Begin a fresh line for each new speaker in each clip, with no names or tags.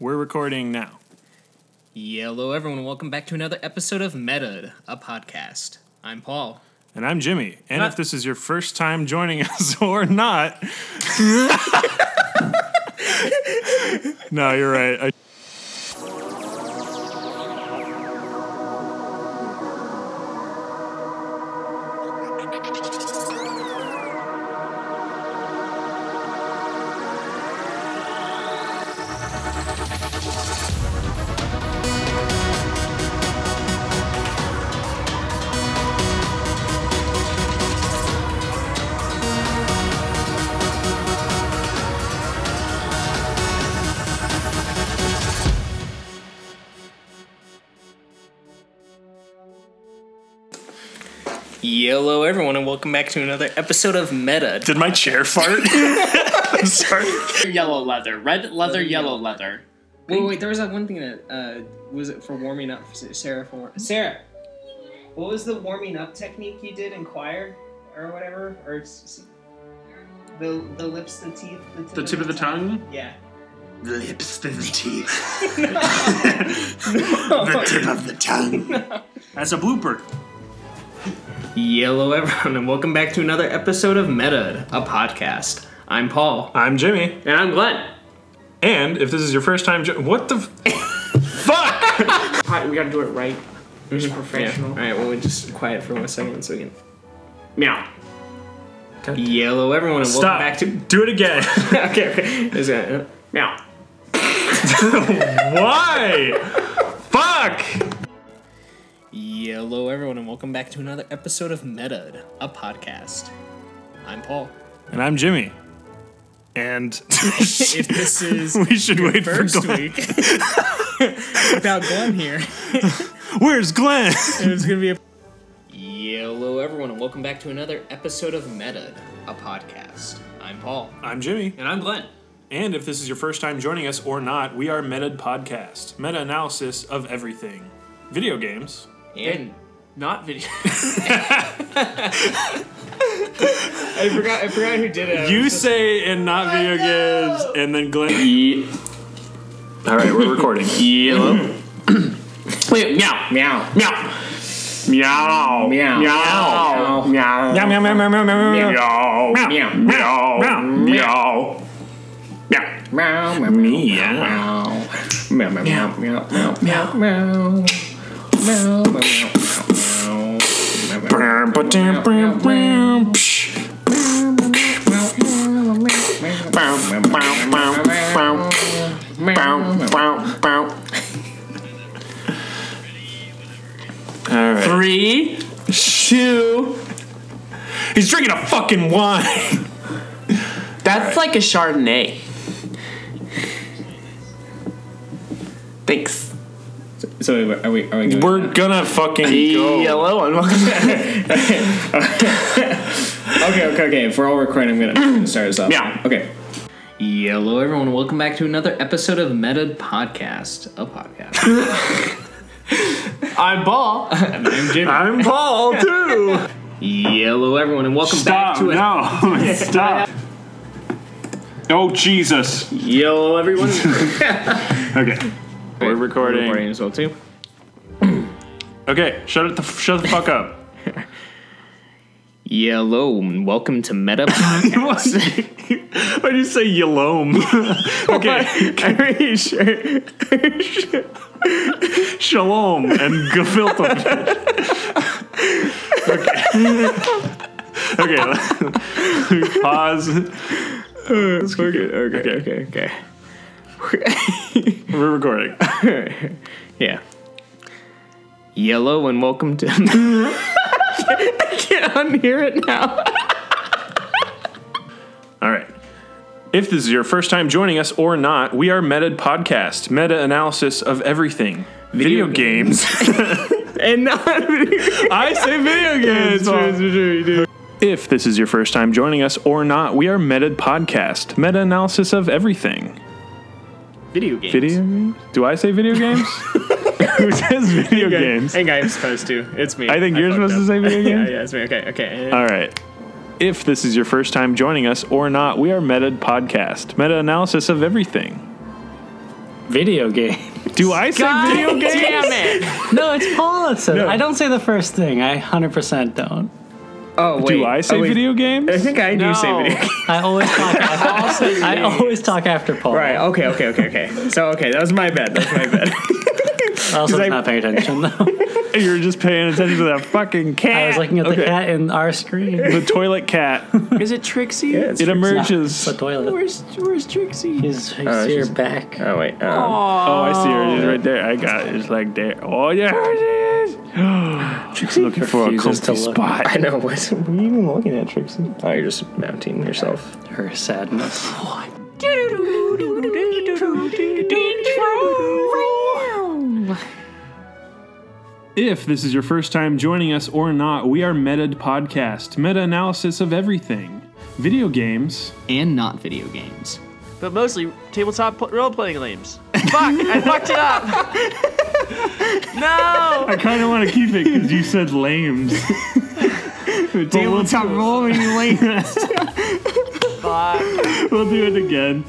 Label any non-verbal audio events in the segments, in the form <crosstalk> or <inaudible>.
We're recording now.
Yeah, hello everyone. Welcome back to another episode of Meta, a podcast. I'm Paul.
And I'm Jimmy. And
Not-
if this is your first time joining <laughs> us or not. <laughs> no, you're right. I-
Yeah, hello everyone, and welcome back to another episode of Meta.
Did my chair fart? <laughs> I'm sorry.
yellow leather, red leather, yellow leather.
Wait, wait, there was that one thing that uh, was it for warming up, Sarah? For Sarah, what was the warming up technique you did in choir or whatever, or s- s- the the lips, the teeth, the tip,
The tip of the tongue.
Yeah.
Lips, the teeth.
<laughs> No.
of <laughs> the
<laughs>
tongue. That's a blooper.
Hello, everyone, and welcome back to another episode of Meta, a podcast. I'm Paul.
I'm Jimmy.
And I'm Glenn.
And if this is your first time. Jo- what the. F- fuck!
Hi, we gotta do it right. It's
All
professional.
right, well, we just quiet for one second so we can.
Meow.
Hello, everyone, and
Stop.
welcome back to. <laughs>
Do it again. <laughs>
okay, okay. Is that- uh,
Meow.
Why? fuck!
Hello, everyone, and welcome back to another episode of Meta, a podcast. I'm Paul.
And I'm Jimmy.
<laughs>
And. <laughs>
If <laughs> this is
we should wait for
first
Glenn.
week <laughs> without Glenn here,
Where's
<laughs>
Glenn?
it's gonna be a. Hello, everyone, and welcome back to another episode of Meta, a podcast. I'm Paul.
I'm Jimmy.
And I'm Glenn.
And if this is your first time joining us or not, we are Meta Podcast, meta analysis of everything video games,
And
Not
<laughs>
video.
I forgot. I forgot who <laughs> did it.
you say and not video games, and then Glenn. All right, we're recording.
Yellow. Wait, meow.
Meow.
Meow. Meow.
Meow.
Meow. Meow.
Meow, meow, meow, meow,
Meow.
meow, meow, meow, meow.
Meow. Meow.
Meow. Meow.
Meow.
Meow. Meow.
Meow.
Meow. Meow. Meow. Meow. Meow. Meow. Meow. Meow.
All right.
Three, two.
He's drinking a fucking wine.
That's like a Chardonnay. Thanks.
So are we? Are we? Going?
We're gonna fucking go.
Hello and welcome back.
Okay. Okay. Okay. If we're all recording, I'm <clears throat> gonna start us off.
Yeah.
Okay. Hello, everyone. Welcome back to another episode of Meta Podcast, a <laughs> podcast.
I'm Ball.
I'm Jimmy.
I'm Paul too.
Hello, everyone, and welcome back
Stop!
to a <laughs>
No, <laughs> stop. Oh Jesus.
Hello, everyone.
Okay. We're recording.
recording as well too.
Okay, shut it the f- shut the fuck up.
Hello, and welcome to <laughs> Meta
<laughs>
Podcast.
Why'd you say yelome? <laughs> okay,
Pretty <laughs> sure.
shalom and <laughs> gefilte. okay. okay. <laughs> let- Pause.
okay, okay, okay, <laughs> okay.
We're recording.
Yeah. Yellow and welcome to. <laughs> I can't unhear it now.
All right. If this is your first time joining us or not, we are Meta Podcast, meta analysis of everything. Video, games.
And not.
I say
<laughs>
video games. If this is your first time joining us or not, we are Meta Podcast, meta analysis of everything.
Video games.
Video games? Do I say video games?
<laughs>
<laughs> Who says video games?
I think I'm supposed to. It's me.
I think you're
fucked
supposed to say video
<laughs> yeah,
games.
yeah, it's me. Okay, okay.
Uh,
All right. If this is your first time joining us or not, we are Meta Podcast, meta analysis of everything.
Video game.
Do I say
God
video games?
Damn it!
<laughs> No, it's Paul that said it.
No.
I don't say the first thing. I 100% don't.
Oh wait.
Do I say
oh, wait.
video games?
I think I do say
No.
video. games.
I always talk after, I always talk after Paul.
Right. Okay. Okay. Okay. Okay. So okay, that was my bad. That's my bad.
I
'Cause
also
I-
was not paying attention, though.
You were just paying attention to that fucking cat.
I was looking at the
Okay.
cat in our screen.
<laughs> The toilet
<laughs>
cat.
Is it Trixie?
Yeah, it's
It
true.
It's
emerges.
the toilet.
Where's Where's Trixie?
He's, he's
it's
here
just-
back.
Oh wait. Um,
Oh,
Oh,
I see her. It's right there. I got it. It's like there. Oh, yeah, there she is. Trixie looking for a
refuses
comfy
to look.
spot.
I know. What's, what are you even looking at, Trixie? Oh, you're just mounting yourself.
Her sadness.
If this is your first time joining us or not, we are Metad Podcast, meta analysis of everything video games.
and not video games.
but mostly tabletop pl- role playing games. Fuck! I fucked it up. no.
I kind of want to keep it because you said lames.
Tabletop role
<laughs>
playing.
Fuck.
We'll do it again.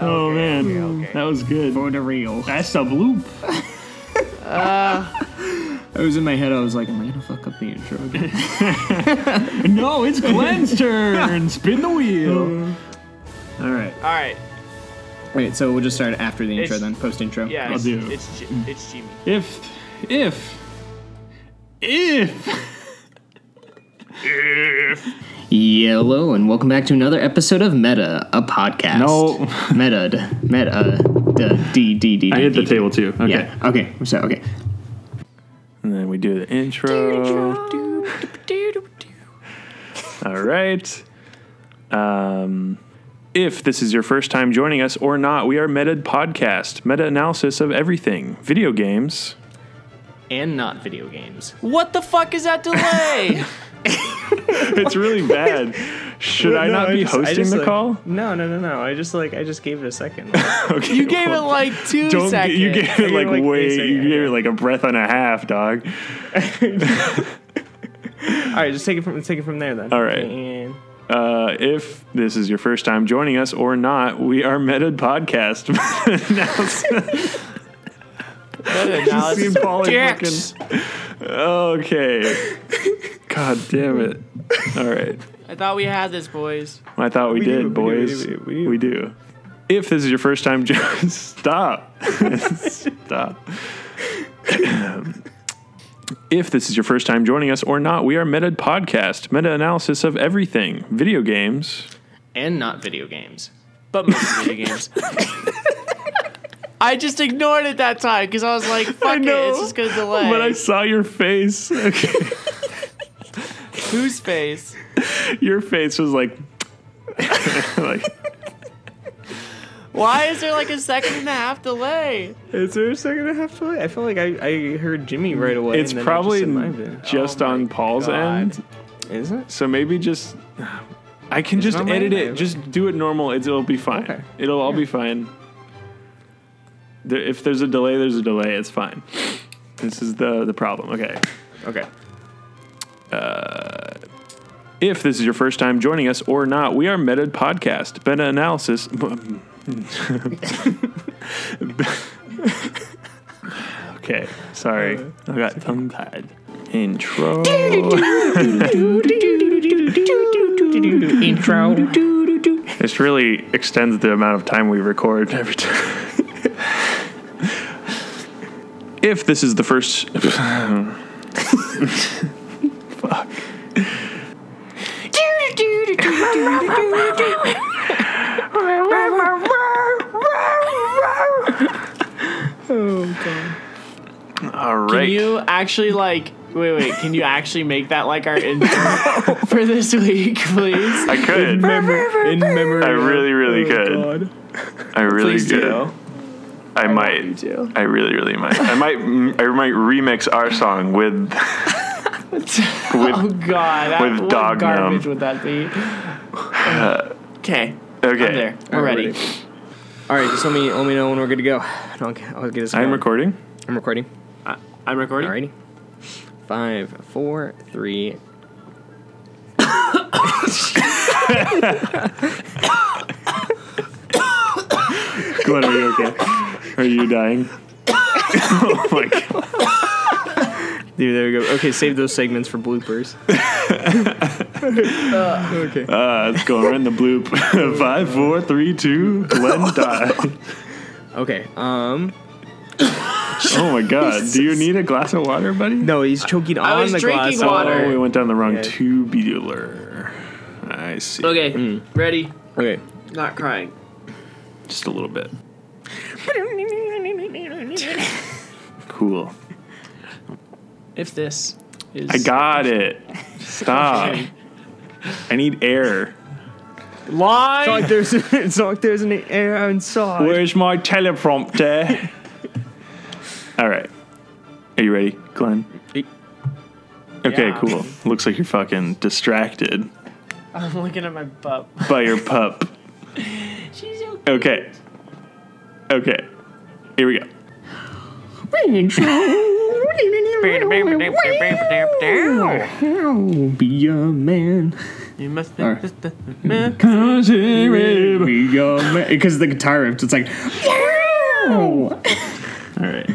oh, man. That was good.
For the real.
That's a bloop.
I was in my head. I was like, am I gonna fuck up the intro? again?"
<laughs>
No, it's Glenn's turn. Spin the wheel. All right.
All right.
Wait, so we'll just start after the intro
It's-
then, post intro.
Yeah.
I'll
it's,
do.
It's Ji-
Mm.
it's
<laughs>
Jimmy.
If, if, if.
Yellow, and welcome back to another episode of Meta, a podcast.
No.
<laughs> Meta, Meta, D D D.
I hit the table too. Okay.
Yeah. Okay. So okay.
And then we do the intro. All right. Um, if this is your first time joining us or not, we are Meta Podcast, meta analysis of everything video games.
And not video games.
What the fuck is that delay?
<laughs> It's really bad. Should I not be hosting the call?
No, no, no, no. I just like I just gave it
<laughs>
a second.
Okay,
you gave it like 2
Don't get-
seconds.
you gave it like,
like,
way.
a second,
You
yeah.
gave it like a breath and a half, dog.
All right, just take it from take it from there then.
All right.
And
Uh, if this is your first time joining us or not, we are Meta Podcast. <laughs>
analysis. Dicks.
okay. God damn it. All right.
I thought we had this, boys.
I thought we,
do,
did,
we do,
boys.
we do, we do.
We do. If this is your first time, <laughs> jo- stop. stop. if this is your first time joining us or not, we are Meta Podcast, meta analysis of everything video games.
And not video games.
But mostly
<laughs>
video games. I just ignored it that time because I
<laughs>
was like, fuck it,
know,
it's just gonna delay.
But I saw your face. <laughs> Okay.
Whose face?
your face was like, like
Why is there like a second and a half delay?
is there a second and a half delay? I feel like I, I heard Jimmy right away.
it's
and then
probably
I just said my bad.
just on Paul's
God.
end.
is it?
So maybe just I can just
not my
edit it.
name.
Just do it normal. It's, it'll be fine.
Okay.
It'll all be fine. There, if there's a delay, there's a delay. It's fine. This is the the problem. Okay. Uh,
Okay.
If this is your first time joining us or not, we are Meta Podcast, meta analysis. <laughs> okay, sorry, I got tongue tied. Intro.
Intro.
This really extends the amount of time we record every time. <laughs> if this is the first. Fuck. All right.
Can you actually like wait wait, can you actually make that like our intro
<laughs>
for this week, please?
I could.
In memory.
I really, really could.
Oh God.
I really
Please
could.
do.
I, might. I really, really might. I might. I might remix our song with. with
Oh god, that,
With
what
dog
garbage
numb.
would that be? Okay.
okay.
I'm there. We're ready.
All right, just let me let me know when we're good to go. I don't, I'll get this.
I'm
going.
recording.
I'm recording.
I'm recording.
Alrighty. Five, four, three.
Glenn, are you okay? Are you dying? <laughs> oh my god.
<laughs> Dude, there we go. Okay, save those segments for bloopers. okay.
Uh, let's go right in the bloop. <laughs> Five, four, three, two, Glenn die.
Okay. Um.
Oh my god. Do you need a glass of water, buddy?
No, he's choking on
I was
the
drinking
glass.
Oh, we
water.
went down the wrong
Okay.
tubular. I see.
Okay, ready?
Okay.
Not crying.
Just a little bit.
<laughs>
cool.
If this is
I got it. Stop. I need air.
It's
lie,
like there's, it's like there's an air inside.
Where's my teleprompter? All right. Are you ready, Glenn?
E-
Okay,
Yeah.
cool. Looks like you're fucking distracted
I'm <laughs> looking at my butt.
by your pup.
She's so
Okay. Okay. Here we go.
Be a man.
You must
Or-
Because
Be a man. Because the guitar riff, it's like. All right.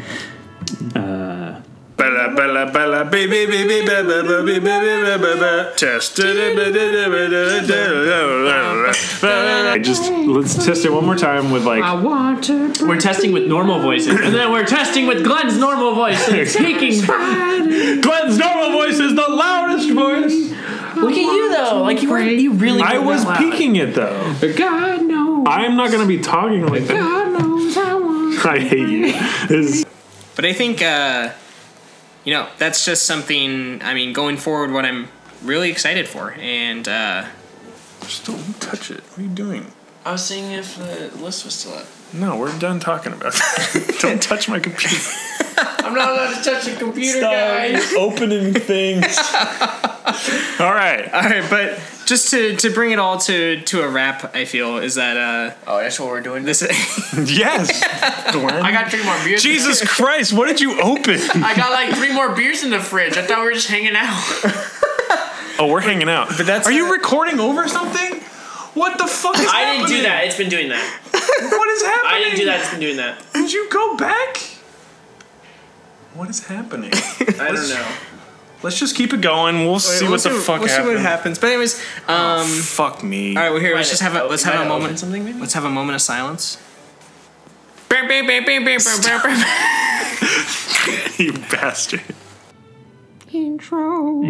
Bella, bella, bella, baby, baby, bella, baby, baby, bella, test.
I just let's test it one more time with like
we're testing with normal voices, and then we're testing with Glenn's normal voice. and
<laughs>
It's taking.
Glenn's normal voice is the loudest voice.
Look at you though, like you were you really.
I
were
was
loud.
peeking it though.
God knows.
I'm not gonna be talking like that.
God knows I want.
<laughs> I hate you.
<laughs>
This is-
But I think, uh, you know, that's just something, I mean, going forward, what I'm really excited for. And, uh,
Just don't touch it. What are you doing?
I was seeing if the list was still up.
No, we're done talking about that. <laughs> don't touch my computer.
<laughs> I'm not allowed to touch the computer, guys.
opening
<laughs>
things. All right.
all right, but just to, to bring it all to, to a wrap, I feel, is that, uh,
Oh, that's what we're doing.
this <laughs>
Yes.
I got three more beers.
Jesus Christ! What did you open?
I got like three more beers in the fridge. I thought we were just hanging out.
Oh, we're hanging out. But
that's
Are
not-
you recording over something? What the fuck is
<laughs> I
happening?
didn't do that. It's been doing that.
What is happening?
I didn't do that. It's been doing that.
Did you go back? What is happening?
I don't know.
Let's just keep it going. We'll see what the fuck
we'll see
happened.
what happens. But anyways, um,
Fuck me.
all right, well here, let's
Might
just have a
have-
let's
might
have a
have opened
moment.
something, maybe?
Let's have a moment of silence.
you bastard.
Intro.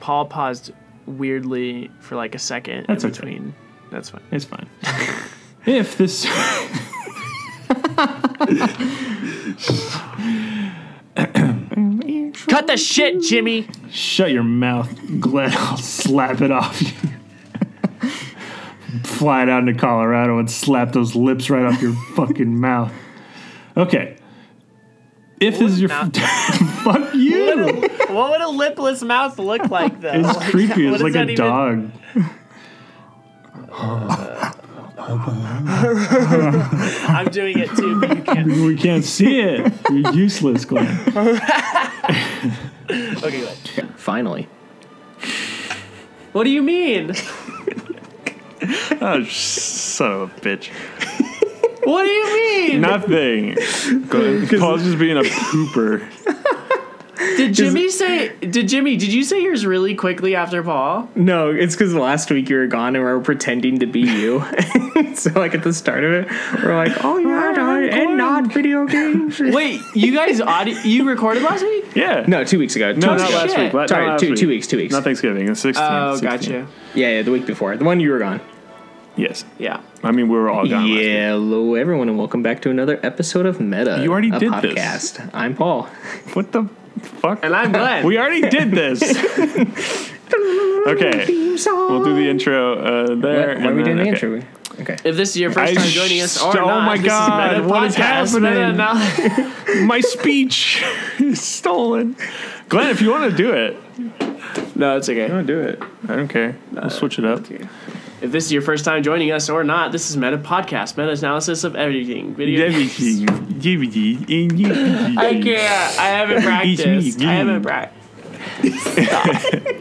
Paul paused weirdly for like a second
That's
in
okay.
between. That's fine.
It's fine. if this.
Cut the shit, Jimmy.
Shut your mouth, Glenn. I'll slap it off you. Fly down to Colorado and slap those lips right off your fucking mouth. Okay. If this is your. <laughs> fuck you!
What would a lipless mouth look like though?
It's creepy.
what
It's
does
like
that
a
even-
dog.
I'm doing it too, but you can't.
We can't see it. You're useless, Glenn.
Okay, good.
Finally.
What do you mean?
Oh, son of a bitch.
What do you mean?
Nothing.
<laughs>
Go- Paul's just being a pooper.
Did Jimmy say? Did Jimmy? Did you say yours really quickly after Paul?
No, it's because last week you were gone and we were pretending to be you. <laughs> so, like at the start of it, we're like, "Oh yeah, I and not video <laughs> games."
Wait, you guys audio? You recorded last week?
Yeah.
no, Uh, two weeks ago. Two
No,
weeks
not
ago.
last
shit.
week. la- not
Sorry,
last
two-
week.
two weeks, two weeks.
Not Thanksgiving. It's 16.
Oh,
16.
gotcha.
Yeah, yeah, the week before, the one you were gone.
Yes.
Yeah.
I mean, we were all gone. last week.
Yeah, hello everyone, and welcome back to another episode of Meta.
You already
a
did this.
podcast. I'm Paul.
What the fuck?
And I'm glad.
We already did this. okay. <laughs> We'll do the intro uh, there.
What, what are we
and then-
doing?
okay.
Andrew? We- Okay.
<laughs> if this is your first
I
time joining us, or
sh- oh
not,
my
this is
God,
Meta
what is
Podcast, Meta
happening?
Anal- <laughs>
My speech <laughs> is stolen. Glenn, if you want to do it,
no, it's okay.
want to do it. I don't care. We'll switch it up.
If this is your first time joining us or not, this is Meta Podcast, Meta's analysis of everything. Video games.
Everything, DVD, and DVD.
I can't. I haven't practiced. I haven't practiced.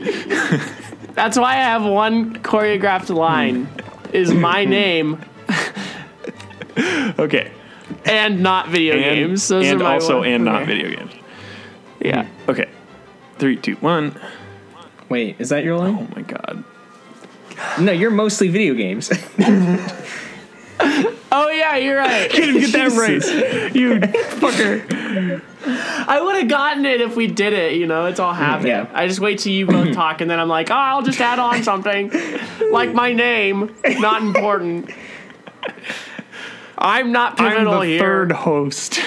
That's why I have one choreographed line. Is my name
Okay.
and not video
and,
games. Those
and
are my
also
one-
and not
okay.
video games.
Yeah.
Okay, three, two, one.
Wait, is that your line?
Oh my god.
No, you're mostly video games. <laughs>
Oh yeah, you're
<laughs>
right.
Didn't get that right.
I would have gotten it if we did it. You know, it's all happening.
yeah.
I just wait till you
<clears throat>
both talk, and then I'm like, oh, I'll just add on something, like my name, not important.
<laughs>
I'm not
I'm
pivotal
the
here.
third host.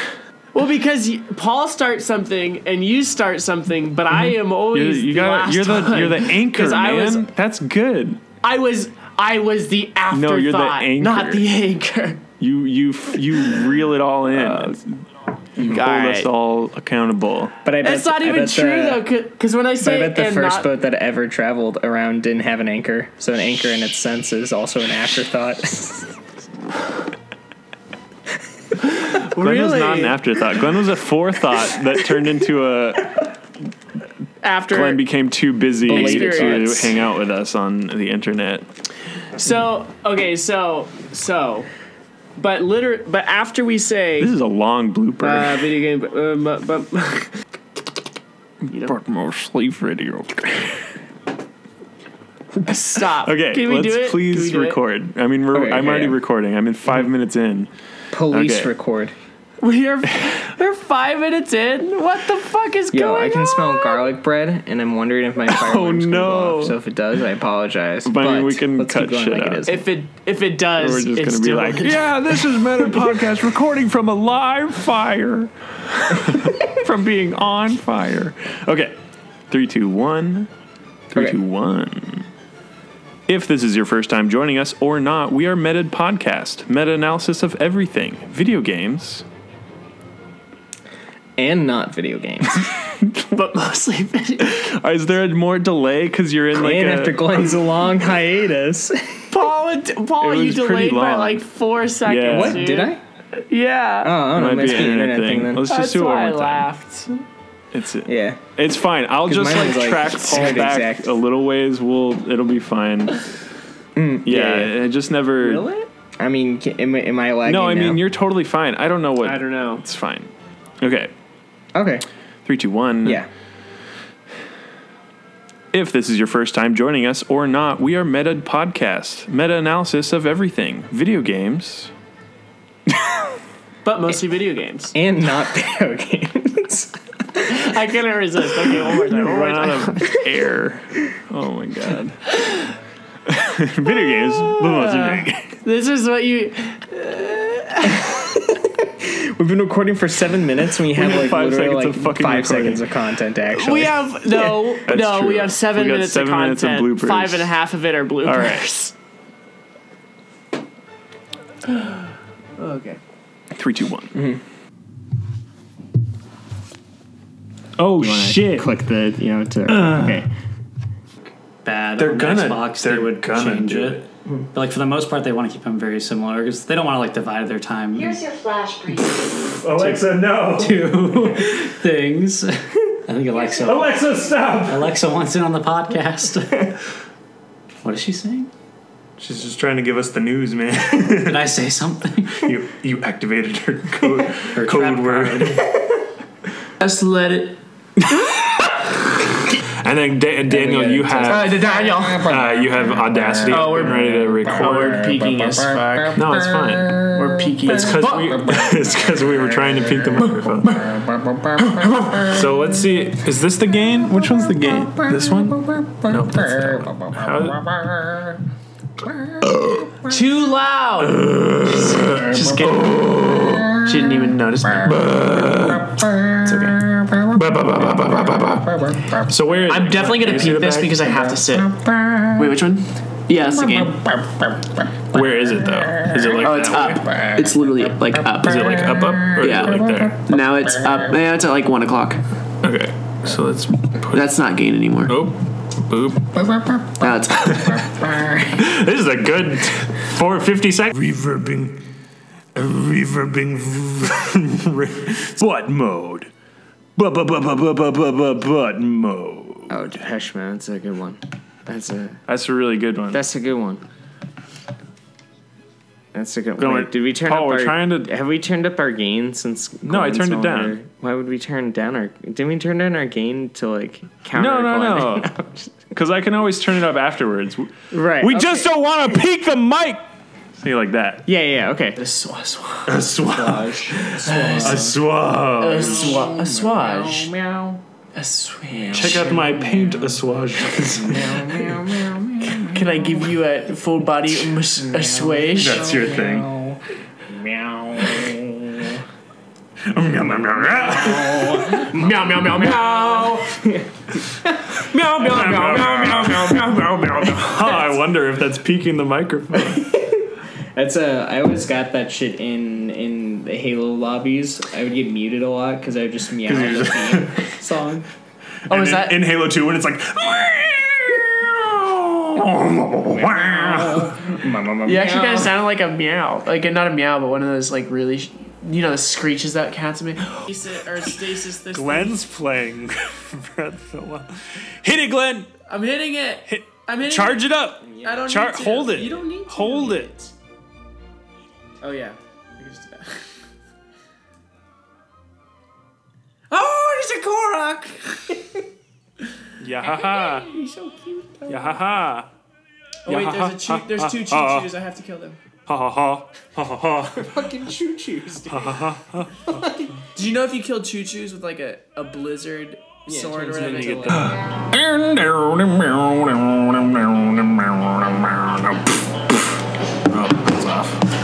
Well, because y- Paul starts something and you start something, but I am
Mm-hmm. You,
always
you
the
got.
last
You're the
one.
you're the anchor,
'Cause
man.
I was
That's good.
I was I was the afterthought,
No, you're the anchor.
not the anchor.
You you f- you reel it all in. you hold
alright.
us all accountable.
But I bet,
That's not
I
even
bet
true
the,
though, because when
But
I
I
say
bet the
and
first
not,
boat that ever traveled around didn't have an anchor, so an anchor in its sense is also an
<laughs>
afterthought.
Glenn was not
Really?
an afterthought. Glenn was a forethought that turned into
<laughs>
a.
after
Glenn became too busy to
Experience.
hang out with us on the internet.
so okay so so, but liter but after we say
This is a long blooper.
uh, video game uh, mu- bu-
Fuck more sleep radio.
<laughs> stop
Okay,
can we
let's
do it
please
Can we do it?
record. I mean, we're,
Okay,
I'm
okay,
already
yeah.
recording. I'm in
Mm-hmm.
five minutes in.
Police
Okay.
record.
<laughs> we are we're five minutes in what the fuck is
Yo,
going
I can
on
smell garlic bread, and I'm wondering if my fire
<laughs> Oh,
alarm's gonna go
no.
off. So if it does, I apologize.
But I mean, we can
let's
cut
keep going
shit
like
out.
it is.
if it if it does
We're just
it's still
gonna be like, yeah, this is Meta Podcast recording from a live fire, <laughs> from being on fire. Okay, three, two, one, three,
Okay.
two, one. If this is your first time joining us or not, we are Meta Podcast, meta analysis of everything, video games,
and not video games.
<laughs> but mostly <laughs> video.
Uh, Is there a more delay because you're in like
and
a,
after Glenn's
<laughs>
long hiatus,
Paul, and- Paul,
It
you
was pretty
delayed by
long.
like four seconds.
Yeah. What?
dude.
did I?
Yeah.
Oh, I
It
don't know.
might
It
be
must
an internet thing?
then.
Let's Uh, just
That's
do it one
why I
more time.
laughed.
It's it.
yeah.
It's fine. I'll just
mine
like
was, like,
track Paul
sound
back
exact.
a little ways. We'll it'll be fine. yeah,
Mm, yeah,
I just never.
I mean, ca- am, I- am I lagging?
No, I mean
now?
you're totally fine. I don't know what.
I don't know.
It's fine. Okay,
okay.
three, two, one.
Yeah.
If this is your first time joining us or not, we are Meta Podcast, meta analysis of everything, video games.
But mostly video games.
And not <laughs> video games.
I couldn't resist. Okay, one
<laughs>
more time. One more
Run
time.
out of
<laughs>
air. Oh my god. <laughs> video games. The most
Uh.
video games.
This is what you.
We've been recording for seven minutes and we have
had
like
five
literally
seconds
like
of fucking
five
recording.
seconds of content actually.
We
<laughs>
have no,
That's
no.
true.
We have seven
We got
minutes
seven
of
minutes of
content.
bloopers.
Five and a half of it are bloopers. okay.
Three, two, one. Oh shit!
Click the, you know, to. okay.
bad.
They're
on
gonna-
Xbox,
they're
they would
gonna
change
do
it. But like for the most part, they want to keep them very similar because they don't want to like divide their time <laughs>
Here's your flash brief.
Alexa, no.
into things. <laughs> I think Alexa.
Alexa, stop.
Alexa wants in on the podcast. <laughs> what is she saying?
She's just trying to give us the news, man. <laughs>
Did I say something?
you you activated her <laughs> code
Her
<laughs> code
trap
word,
Just let it.
and then da- Daniel, you have
Daniel.
uh, you have Audacity. Oh, we're ready to record.
<laughs>
We're peaking as fuck.
No, it's fine.
We're peaking
It's
as
because we <laughs> it's 'cause we were trying to peek the microphone. So let's see. Is this the gain? Which one's the gain? This one? No, that's that one. How-
Too loud. just, just get. She didn't even notice me.
ba- ba- ba- ba- ba- ba- ba- ba. So where? Is
I'm
it?
definitely gonna
You see
peep
the
this
back?
because I have to sit. Wait, which one? Yeah, it's the game.
Where is it though? Is it like?
Oh, it's
that
up. It's literally like up.
Way? Is it like up, up, or
Yeah.
is it like there?
Now it's up. Now it's at like one o'clock.
Okay. So let's. Put,
That's not gain anymore.
oh, boop.
Now it's
<laughs> This is a good four fifty seconds.
Reverbing. Reverbing.
<laughs> Butt mode. But but but but but but but but mode.
Oh, Depeche Mode. That's a good one. That's a
That's a really good one.
that's a good one.
That's a good
Going-
Wait, Did we turn
Oh,
Paul,
up
we're
our,
trying
<laughs>
to-
Have we turned up our gain since?
No, I
Glen's
turned it
on
down.
there? Why would we turn down our? Didn't we turn down our gain to like counter?
No, no,
Glenn?
<laughs>
no. Because I can always turn it up afterwards. We
right. okay.
just don't want to peek the mic. See, like that.
Yeah, yeah. Okay.
A swab. A swab.
Aswa- assuage.
Meow.
Check out my paint assuage.
Can I give you a full body mas- assuage?
That's your thing. Meow. meow, meow, meow.
Meow, meow, meow, meow. meow, meow, meow, meow, meow, meow, meow, meow, meow, meow.
Huh, I wonder if that's peeking the microphone.
That's uh, I always got that shit in in the Halo lobbies. I would get muted a lot because I would just meow
<laughs>
at the theme song.
Oh, is that?
In Halo 2, when it's like.
You actually kind of sounded like a meow. Like, not a meow, but one of those, like, really, sh- you know, the screeches that cats make. or <gasps> stasis this.
Glenn's playing <laughs> Breath of the Wild. Hit it, Glenn!
I'm hitting it. I'm hitting
Charge it up!
it. I don't
Char-
need to.
hold it.
You don't need to.
Hold it.
Oh, yeah. I can just do that. <laughs> Oh, there's a Korok!
Yahaha.
He's so cute. Oh,
Yahaha.
wait, there's, a choo- there's two
uh,
choo-choos. I have to kill them.
Ha ha ha. Ha ha
<laughs>
ha.
fucking choo choos, dude. Do you know if you kill choo choos with like a, a blizzard sword or
turns
whatever?
into
You
like-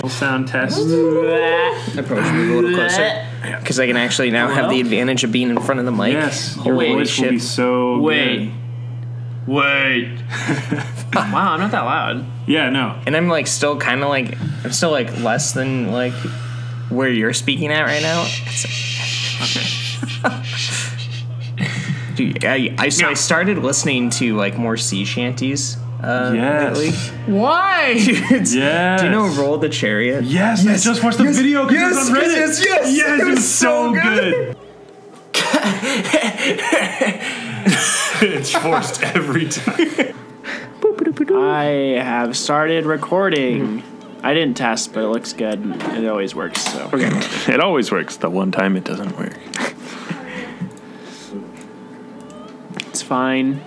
Sound test.
Approach me a little closer <laughs> because I can actually now have the advantage of being in front of the mic.
Yes,
Oh,
your
Holy
voice will
shit.
be so good.
Wait.
Wait.
<laughs> wow, I'm not that loud.
Yeah, no.
and I'm like still kind of like I'm still like less than like where you're speaking at right now. Dude, I, I so I started listening to like more sea shanties. Uh,
Yes.
lately.
Why?
It's-
Yes.
Do you know Roll the Chariot?
Yes, I just watched the video because
yes,
it's on Reddit.
yes, yes,
yes,
it
it
was
was so good. <laughs> it's forced every time.
I have started recording. I didn't test, but it looks good. It always works. So
It always works. The one time it doesn't work.
it's fine.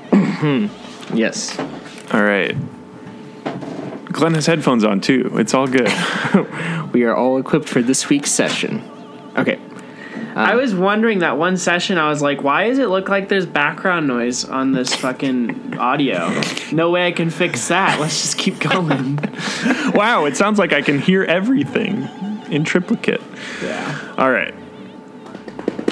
Yes.
All right. Glenn has headphones on too. It's all good.
We are all equipped for this week's session. Okay.
I was wondering that one session. I was like, why does it look like there's background noise on this fucking audio? No way I can fix that. Let's just keep going.
wow, it sounds like I can hear everything in triplicate. Yeah. All right.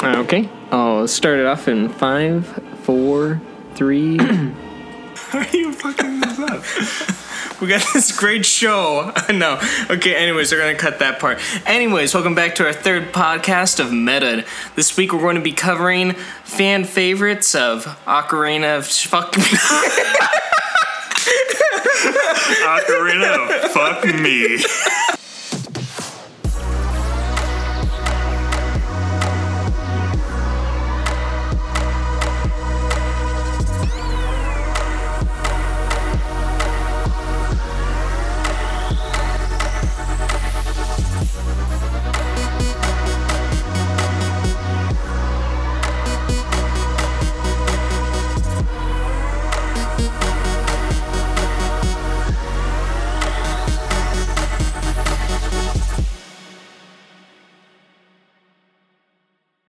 Okay. I'll start it off in five, four, three.
How are you fucking this up?
We got this great show. <laughs> no. Okay, anyways, we're going to cut that part. Anyways, welcome back to our third podcast of Meta. This week we're going to be covering fan favorites of Ocarina of Fuck <laughs> Me.
Ocarina, fuck me.